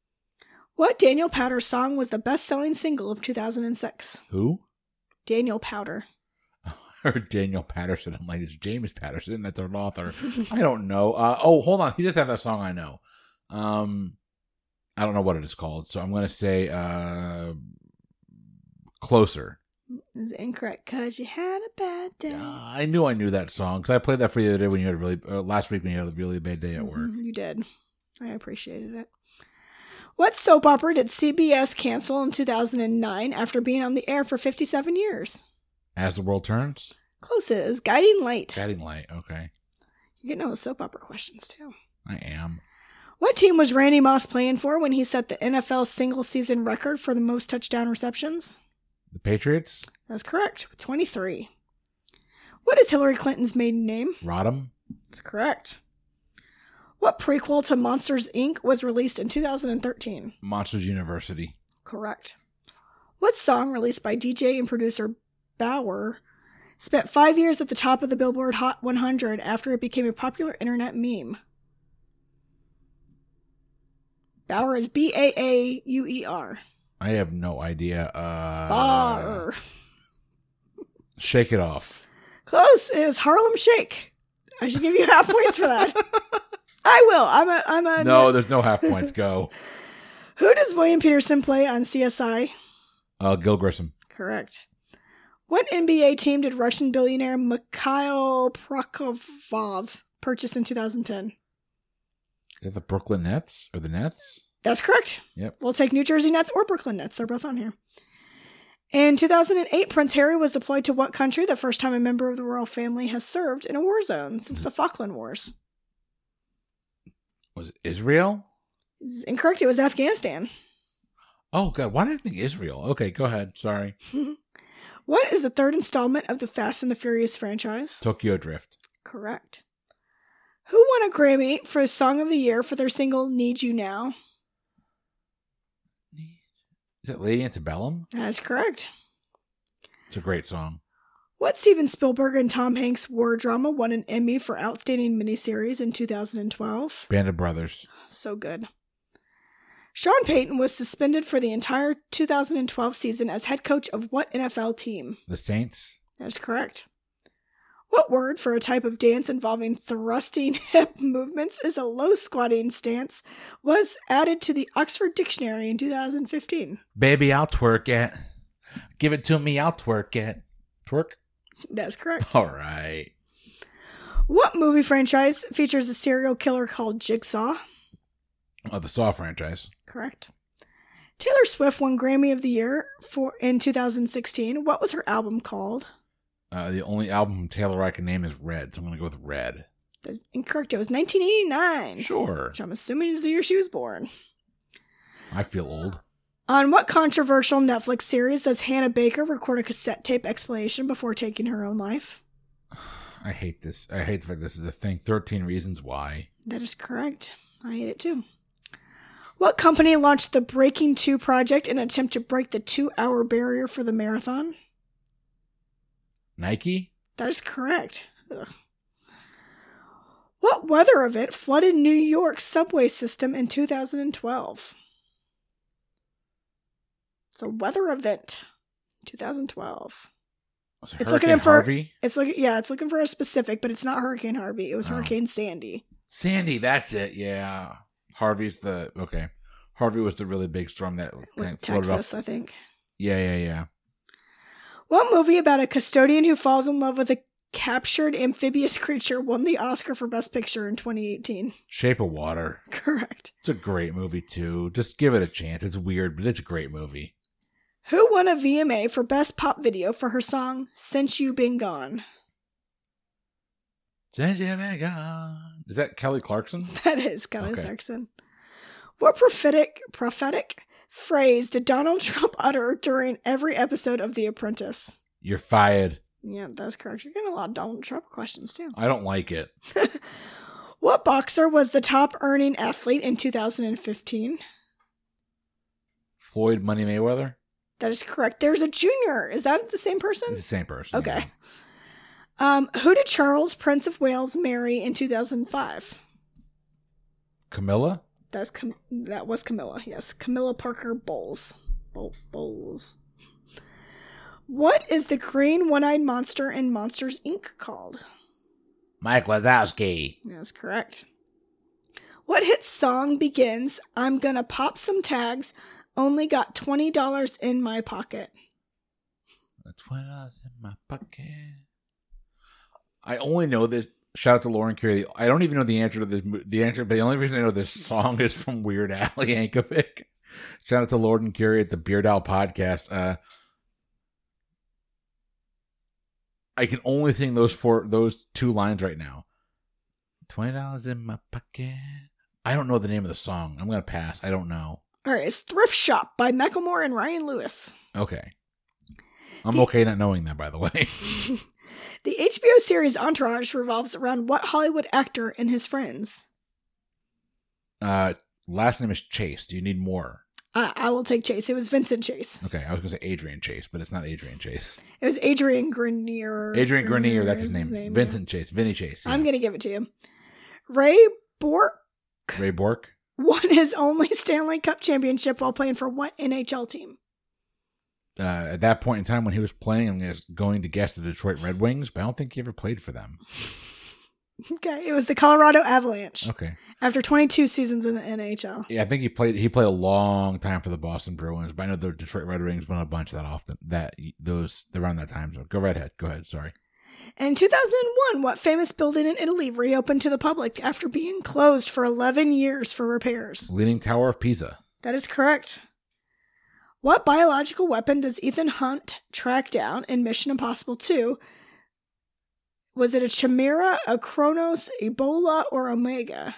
What Daniel Powder song was the best selling single of 2006? Who? Daniel Powder. Or Daniel Patterson. I'm like, it's James Patterson. That's an author. I don't know. Uh, oh, hold on. He does have that song I know. Um, I don't know what it is called. So I'm going to say uh, Closer. Is incorrect because you had a bad day. Uh, I knew I knew that song because I played that for you the other day when you had a really, uh, last week when you had a really bad day at work. Mhm, You did. I appreciated it. What soap opera did CBS cancel in 2009 after being on the air for 57 years? As the World Turns? Close it is Guiding Light. Guiding Light. Okay. You're getting all the soap opera questions too. I am. What team was Randy Moss playing for when he set the NFL single season record for the most touchdown receptions? The Patriots? That's correct, with 23. What is Hillary Clinton's maiden name? Rodham? That's correct. What prequel to Monsters Inc. was released in 2013? Monsters University? Correct. What song released by DJ and producer Bauer spent five years at the top of the Billboard Hot 100 after it became a popular internet meme? Bauer is B A A U E R. I have no idea. Uh, Bauer. Shake It Off. Close is Harlem Shake. I should give you half points for that. I will. I'm a. I'm a. No, there's no half points. Go. Who does William Peterson play on CSI? Uh, Gil Grissom. Correct. What NBA team did Russian billionaire Mikhail Prokofov purchase in 2010? Is that the Brooklyn Nets or the Nets? That's correct. Yep. We'll take New Jersey Nets or Brooklyn Nets. They're both on here. In 2008, Prince Harry was deployed to what country the first time a member of the royal family has served in a war zone since the Falkland Wars? Was it Israel? It's incorrect. It was Afghanistan. Oh God, why did I think Israel? Okay, go ahead. Sorry. What is the third installment of the Fast and the Furious franchise? Tokyo Drift. Correct. Who won a Grammy for Song of the Year for their single Need You Now? Is that Lady Antebellum? That's correct. It's a great song. What Steven Spielberg and Tom Hanks war drama won an Emmy for Outstanding Miniseries in 2012? Band of Brothers. So good. Sean Payton was suspended for the entire 2012 season as head coach of what NFL team? The Saints. That's correct. What word for a type of dance involving thrusting hip movements is a low squatting stance was added to the Oxford Dictionary in 2015? Baby, I'll twerk it. Give it to me, I'll twerk it. Twerk? That's correct. All right. What movie franchise features a serial killer called Jigsaw? Oh, the Saw franchise. Correct. Taylor Swift won Grammy of the Year for in 2016. What was her album called? Uh, the only album from Taylor I can name is Red, so I'm going to go with Red. That's incorrect. It was 1989, Sure. which I'm assuming is the year she was born. I feel old. On what controversial Netflix series does Hannah Baker record a cassette tape explanation before taking her own life? I hate this. I hate that this is a thing. 13 Reasons Why. That is correct. I hate it too. What company launched the Breaking Two project in an attempt to break the two-hour barrier for the marathon? Nike? That is correct. Ugh. What weather event flooded New York's subway system in 2012? It's a weather event. 2012. Was It's looking Hurricane in for- Harvey? It's looking yeah, it's looking for a specific, but it's not Hurricane Harvey. It was Oh. Hurricane Sandy. Sandy, that's it. Yeah. Harvey's the. Okay. Harvey was the really big storm that kind Like of floated up. Texas, I think. Yeah, yeah, yeah. What movie about a custodian who falls in love with a captured amphibious creature won the Oscar for Best Picture in 2018? Shape of Water. Correct. It's a great movie, too. Just give it a chance. It's weird, but it's a great movie. Who won a VMA for Best Pop Video for her song Since You Been Gone? Send you back on. Is that Kelly Clarkson? That is Kelly Okay. Clarkson. What prophetic prophetic phrase did Donald Trump utter during every episode of The Apprentice? You're fired. Yeah, that's correct. You're getting a lot of Donald Trump questions too. I don't like it. What boxer was the top earning athlete in 2015? Floyd Money Mayweather? That is correct. There's a junior. Is that the same person? It's the same person. Okay. Um, who did Charles, Prince of Wales, marry in 2005? Camilla? That's Cam- that was Camilla. Yes, Camilla Parker Bowles. Bow- Bowles. What is the green one-eyed monster in Monsters Inc. called? Mike Wazowski. That's correct. What hit song begins? I'm gonna pop some tags. Only got twenty dollars in my pocket. That's what I was in my pocket. I only know this. Shout out to Lauren Curry. I don't even know the answer to this. mo- The answer, but the only reason I know this song is from Weird Al Yankovic. Shout out to Lauren Curry at the Beard Al podcast. Uh, I can only sing those four, those two lines right now. Twenty dollars in my pocket. I don't know the name of the song. I'm gonna pass. I don't know. All right, it's Thrift Shop by Macklemore and Ryan Lewis. Okay. I'm The- okay not knowing that, by the way. The HBO series Entourage revolves around what Hollywood actor and his friends? Uh, last name is Chase. Do you need more? Uh, I will take Chase. It was Vincent Chase. Okay, I was gonna say Adrian Chase, but it's not Adrian Chase. It was Adrian Grenier. Adrian Grenier, that's his is name. yeah. Vincent Chase, Vinny Chase. I'm yeah. going to give it to you. Ray Bork Ray Bork. won his only Stanley Cup championship while playing for what NHL team? Uh, at that point in time when he was playing, I'm just going to guess the Detroit Red Wings, but I don't think he ever played for them. Okay, it was the Colorado Avalanche Okay. after 22 seasons in the NHL. Yeah, I think he played. He played a long time for the Boston Bruins, but I know the Detroit Red Wings won a bunch that often. That those around that time. So go right ahead. Go ahead. Sorry. In 2001, what famous building in Italy reopened to the public after being closed for 11 years for repairs? Leaning Tower of Pisa. That is correct. What biological weapon does Ethan Hunt track down in Mission Impossible 2? Was it a Chimera, a Kronos, Ebola, or Omega?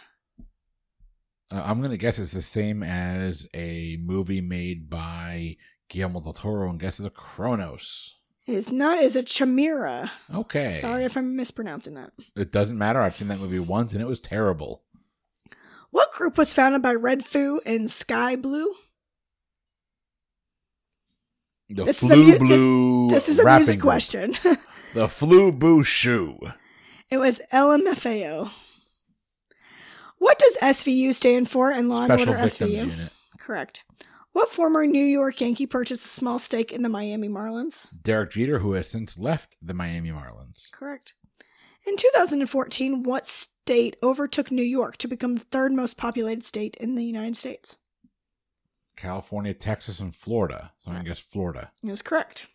Uh, I'm gonna guess it's the same as a movie made by Guillermo del Toro, and guess it's a Kronos. It is not as a Chimera. Okay. Sorry if I'm mispronouncing that. It doesn't matter. I've seen that movie once, and it was terrible. What group was founded by Red Foo and Sky Blue? The This is a mu- flu thi- blue. This is a rapping music group. question. The flu boo shoe. it was LMFAO. What does SVU stand for in Law Special and Order victims SVU? unit. Correct. What former New York Yankee purchased a small stake in the Miami Marlins? Derek Jeter, who has since left the Miami Marlins. Correct. In 2014, what state overtook New York to become the third most populated state in the United States? California, Texas, and Florida. So I guess Florida. It was correct.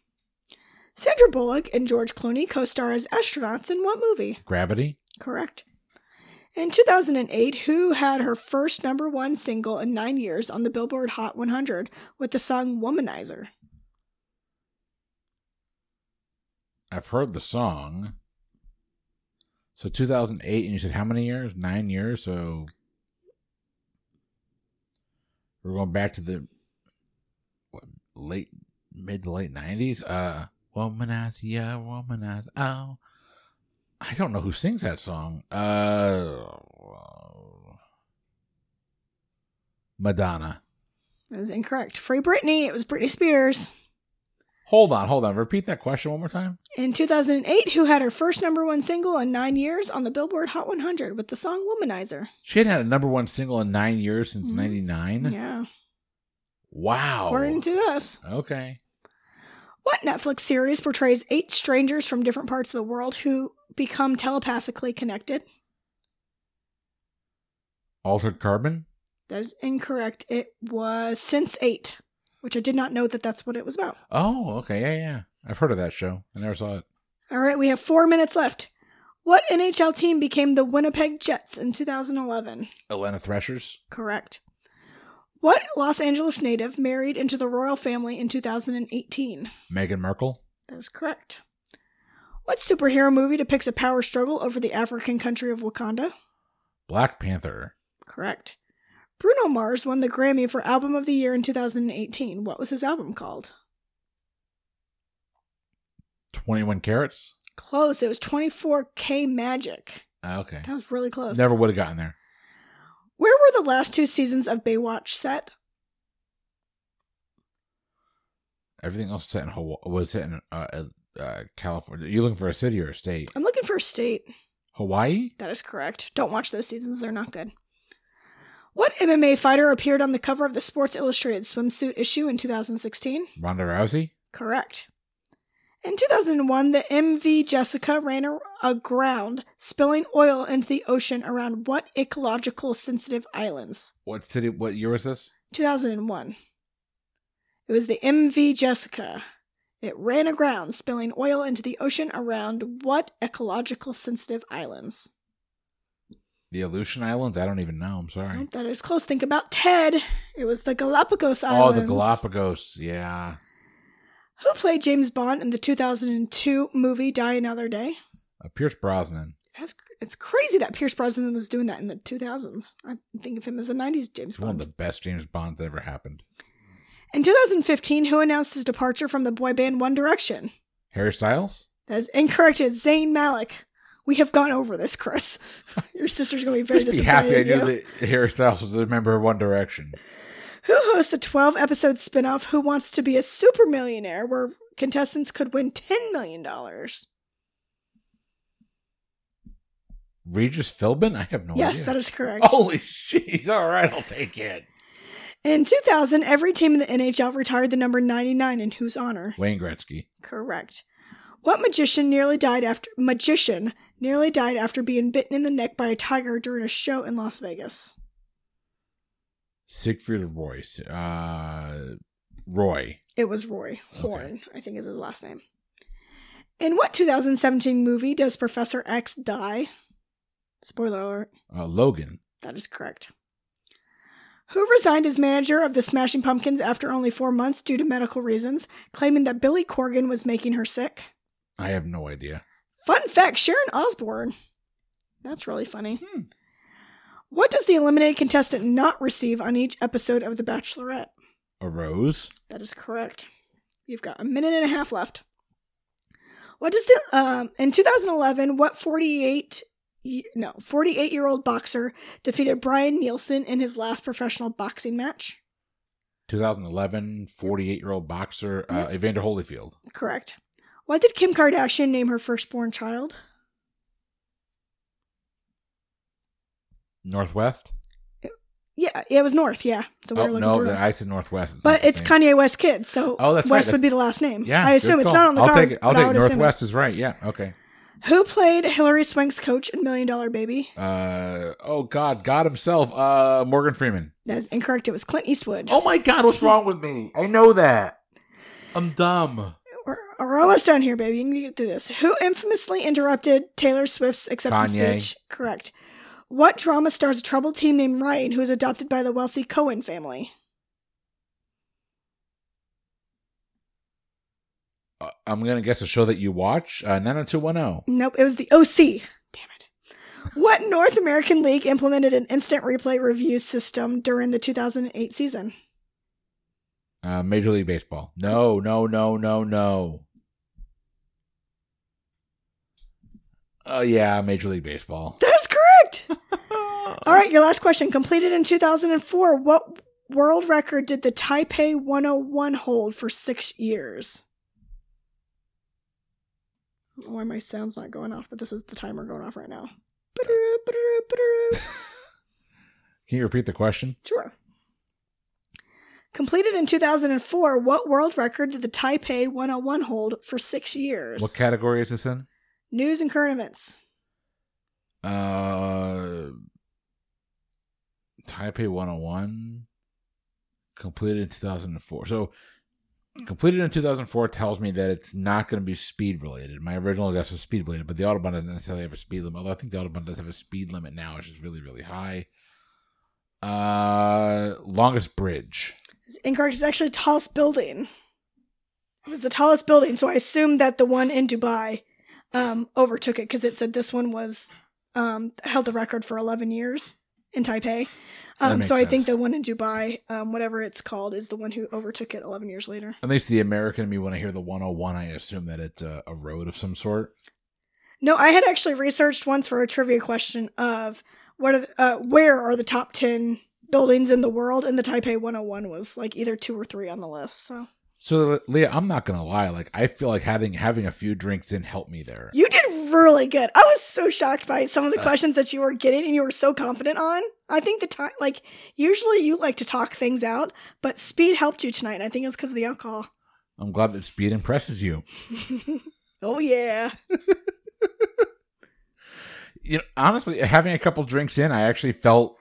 Sandra Bullock and George Clooney co star as astronauts in what movie? Gravity. Correct. In 2008, Who had her first number one single in nine years on the Billboard Hot 100 with the song Womanizer? I've heard the song. So 2008, and you said how many years? Nine years. So we're going back to the what, late, mid to late 90s. Uh, womanize, yeah, womanize. Oh, I don't know who sings that song. Uh, Madonna. That is incorrect. Free Britney. It was Britney Spears. Hold on, hold on. Repeat that question one more time. In 2008, Who had her first number one single in nine years on the Billboard Hot 100 with the song Womanizer? She hadn't had a number one single in nine years since Mhm. 99. Yeah. Wow. According to this. okay. What Netflix series portrays eight strangers from different parts of the world who become telepathically connected? Altered Carbon. That is incorrect. It was Since 8, which I did not know that that's what it was about. Oh, okay. Yeah, yeah. I've heard of that show. I never saw it. All right, we have four minutes left. What NHL team became the Winnipeg Jets in 2011? Atlanta Threshers. Correct. What Los Angeles native married into the royal family in 2018? Meghan Merkel. That was correct. What superhero movie depicts a power struggle over the African country of Wakanda? Black Panther. Correct. Bruno Mars won the Grammy for Album of the Year in 2018. What was his album called? 21 Carats. Close. It was 24K Magic. Ah, Okay. That was really close. Never would have gotten there. Where were the last two seasons of Baywatch set? Everything else set in Hawaii. Was it in uh, uh, uh, California? you looking for a city or a state? I'm looking for a state. Hawaii? That is correct. Don't watch those seasons, they're not good. What MMA fighter appeared on the cover of the Sports Illustrated swimsuit issue in 2016? Ronda Rousey? Correct. In 2001, the MV Jessica ran a- aground, spilling oil into the ocean around what ecological sensitive islands? What city? What year was this? 2001. It was the MV Jessica. It ran aground, spilling oil into the ocean around what ecological sensitive islands? The Aleutian Islands? I don't even know. I'm sorry. Nope, that is close. Think about Ted. It was the Galapagos Oh, Islands. the Galapagos. Yeah. Who played James Bond in the 2002 movie Die Another Day? Uh, Pierce Brosnan. That's cr- it's crazy that Pierce Brosnan was doing that in the 2000s. I think of him as a 90s James It's one of Bond. the best James Bonds that ever happened. In 2015, who announced his departure from the boy band One Direction? Harry Styles? That is incorrect. It's Zayn Malik. We have gone over this, Chris. Your sister's going to be very Just be happy I disappointed. in knew you. that Harry Styles was a member of One Direction. Who hosts the 12 episode spinoff Who Wants to Be a Super Millionaire, where contestants could win $10 million? Regis Philbin? I have no yes, idea. that is correct. Holy shit. All right, I'll take it. In 2000, every team in the NHL retired the number 99 in whose honor? Wayne Gretzky. Correct. What magician nearly died after magician nearly died after being bitten in the neck by a tiger during a show in Las Vegas? Siegfried Royce. Uh, Roy. It was Roy Horn, I think is his last name. In what 2017 movie does Professor X die? Spoiler alert. Uh, Logan. That is correct. Who resigned as manager of the Smashing Pumpkins after only four months due to medical reasons, claiming that Billy Corgan was making her sick? I have no idea. Fun fact Sharon Osbourne. That's really funny. What does the eliminated contestant not receive on each episode of The Bachelorette? A rose. That is correct. You've got a minute and a half left. What does the um in 2011 what 48 ye- no 48 year old boxer defeated Brian Nielsen in his last professional boxing match? 2011, 48 year old boxer uh, Evander Holyfield. Correct. What did Kim Kardashian name her firstborn child? Northwest? Yeah, it was North. Yeah, so we oh, were looking no, for. I said Northwest. It's not But the it's same. Kanye West kid, so Oh, that's right. West That's- would be the last name. Yeah, I good assume it's call. not on the I'll card. take it. I'll but I take would assume it. Northwest is right. Yeah. Okay. Who played Hillary Swank's coach in Million Dollar Baby? Uh oh God, God himself. Uh Morgan Freeman. That is incorrect. It was Clint Eastwood. Oh my God, what's wrong with me? I know that. I'm dumb. We're, we're almost done here, baby. You need to get through this. Who infamously interrupted Taylor Swift's acceptance Kanye. speech? Correct. What drama stars a troubled teen named Ryan who is adopted by the wealthy Cohen family? Uh, I'm gonna guess a show that you watch. Uh, 90210. Nope, it was the OC. Damn it. What North American league implemented an instant replay review system during the 2008 season? Uh, Major League Baseball. No, no, no, no, no. Oh yeah, Major League Baseball. That is correct. All right, your last question. Completed in 2004, what world record did the Taipei 101 hold for six years? I don't know why my sound's not going off, but this is the timer going off right now. Can you repeat the question? Sure. Completed in 2004, what world record did the Taipei 101 hold for six years? What category is this in? News and current events. Uh, Taipei 101 completed in 2004. So completed in 2004 tells me that it's not going to be speed related. My original guess was speed related, but the Autobahn doesn't necessarily have a speed limit. Although I think the Autobahn does have a speed limit now, which is really, really high. Uh, longest bridge. It's incorrect. It's actually tallest building. It was the tallest building, so I assumed that the one in Dubai um, overtook it because it said this one was um, held the record for 11 years in Taipei. That Um, makes so I think sense. the one in Dubai, um, whatever it's called, is the one who overtook it 11 years later. At least the American in me, when I hear the 101, I assume that it's a, a road of some sort. No, I had actually researched once for a trivia question of what are the, uh, where are the top 10 buildings in the world, and the Taipei 101 was like either two or three on the list. So So Leah, I'm not gonna lie. Like I feel like having having a few drinks in helped me there. You did really good. I was so shocked by some of the questions that you were getting and you were so confident on. I think the time, like, usually you like to talk things out, but speed helped you tonight. And I think it was because of the alcohol. I'm glad that speed impresses you. Oh, yeah. You know, honestly, having a couple drinks in, I actually felt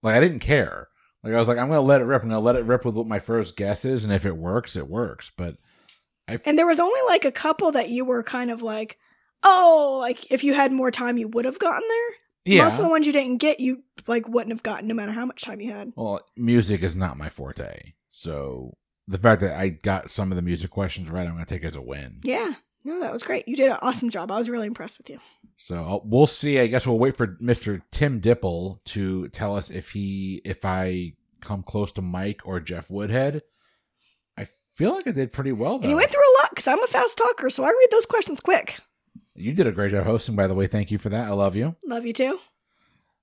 like I didn't care. Like I was like, I'm gonna let it rip. I'm gonna let it rip with what my first guess is, and if it works, it works. But And there was only like a couple that you were kind of like, oh, like if you had more time, you would have gotten there. yeah, Most of the ones you didn't get, you like wouldn't have gotten no matter how much time you had. well, music is not my forte. So the fact that I got some of the music questions right, I'm gonna take as a win. Yeah. No, that was great. You did an awesome job. I was really impressed with you. So uh, we'll see. I guess we'll wait for Mr. Tim Dipple to tell us if he if I come close to Mike or Jeff Woodhead. I feel like I did pretty well though. And you went through a lot because I'm a fast talker, so I read those questions quick. You did a great job hosting, by the way. Thank you for that. I love you. Love you too.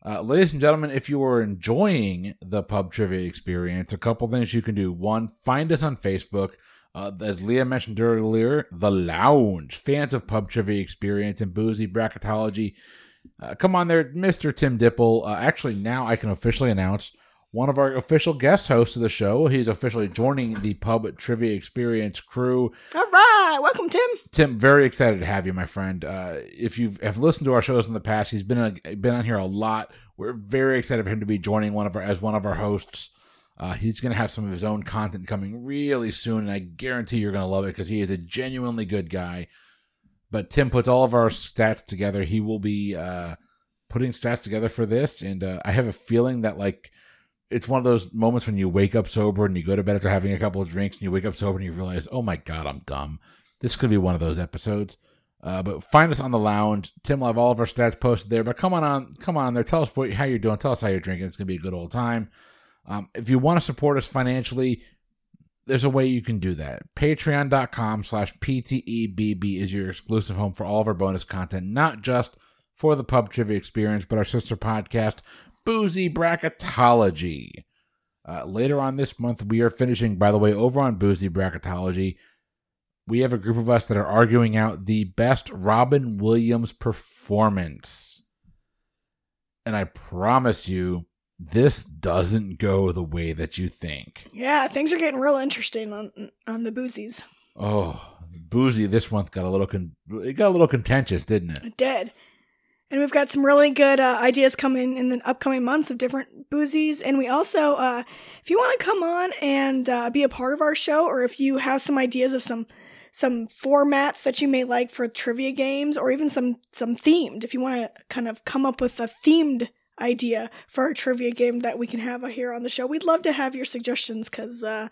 Uh, ladies and gentlemen, if you are enjoying the pub trivia experience, a couple things you can do. One, find us on Facebook. Uh, as Leah mentioned earlier, the lounge. Fans of pub trivia experience and boozy bracketology. Uh, come on there, Mr. Tim Dipple. Uh, actually, now I can officially announce one of our official guest hosts of the show. He's officially joining the pub trivia experience crew. All right. Welcome, Tim. Tim, very excited to have you, my friend. Uh, if you have listened to our shows in the past, he's been a, been on here a lot. We're very excited for him to be joining one of our as one of our hosts. Uh, he's going to have some of his own content coming really soon, and I guarantee you're going to love it because he is a genuinely good guy. But Tim puts all of our stats together. He will be uh, putting stats together for this, and uh, I have a feeling that like it's one of those moments when you wake up sober and you go to bed after having a couple of drinks and you wake up sober and you realize, oh my god, I'm dumb. This could be one of those episodes. Uh, but find us on the lounge. Tim will have all of our stats posted there. But come on, on come on there. Tell us what, how you're doing. Tell us how you're drinking. It's gonna be a good old time. Um, if you want to support us financially, there's a way you can do that. Patreon.com slash PTEBB is your exclusive home for all of our bonus content, not just for the pub trivia experience, but our sister podcast, Boozy Bracketology. Uh, later on this month, we are finishing, by the way, over on Boozy Bracketology. We have a group of us that are arguing out the best Robin Williams performance. And I promise you, this doesn't go the way that you think. Yeah, things are getting real interesting on on the boozies. Oh, Boozy this month got a little con- it got a little contentious, didn't it? It did. And we've got some really good uh, ideas coming in the upcoming months of different boozies. And we also, uh, if you want to come on and uh, be a part of our show, or if you have some ideas of some some formats that you may like for trivia games, or even some some themed, if you want to kind of come up with a themed idea for our trivia game that we can have here on the show, we'd love to have your suggestions because uh,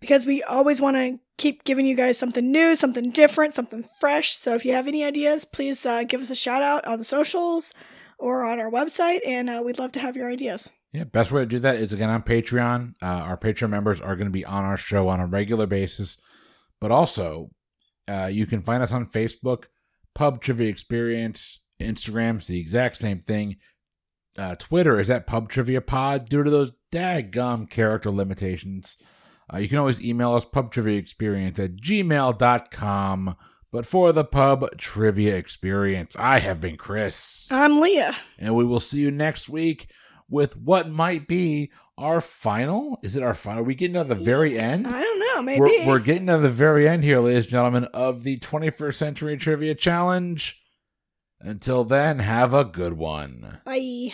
because we always want to keep giving you guys something new, something different, something fresh. So if you have any ideas, please uh, give us a shout out on the socials or on our website, and uh, we'd love to have your ideas. Yeah, best way to do that is again on Patreon. Uh, our Patreon members are going to be on our show on a regular basis, but also uh, you can find us on Facebook, Pub Trivia Experience, Instagram's the exact same thing. Uh, Twitter is at Pub Trivia Pod due to those daggum character limitations. Uh, you can always email us pubtriviaexperience at gmail.com. But for the pub trivia experience, I have been Chris. I'm Leah. And we will see you next week with what might be our final. Is it our final? Are we getting to the very end? I don't know, maybe. We're, we're getting to the very end here, ladies and gentlemen, of the 21st Century Trivia Challenge. Until then, have a good one. Bye.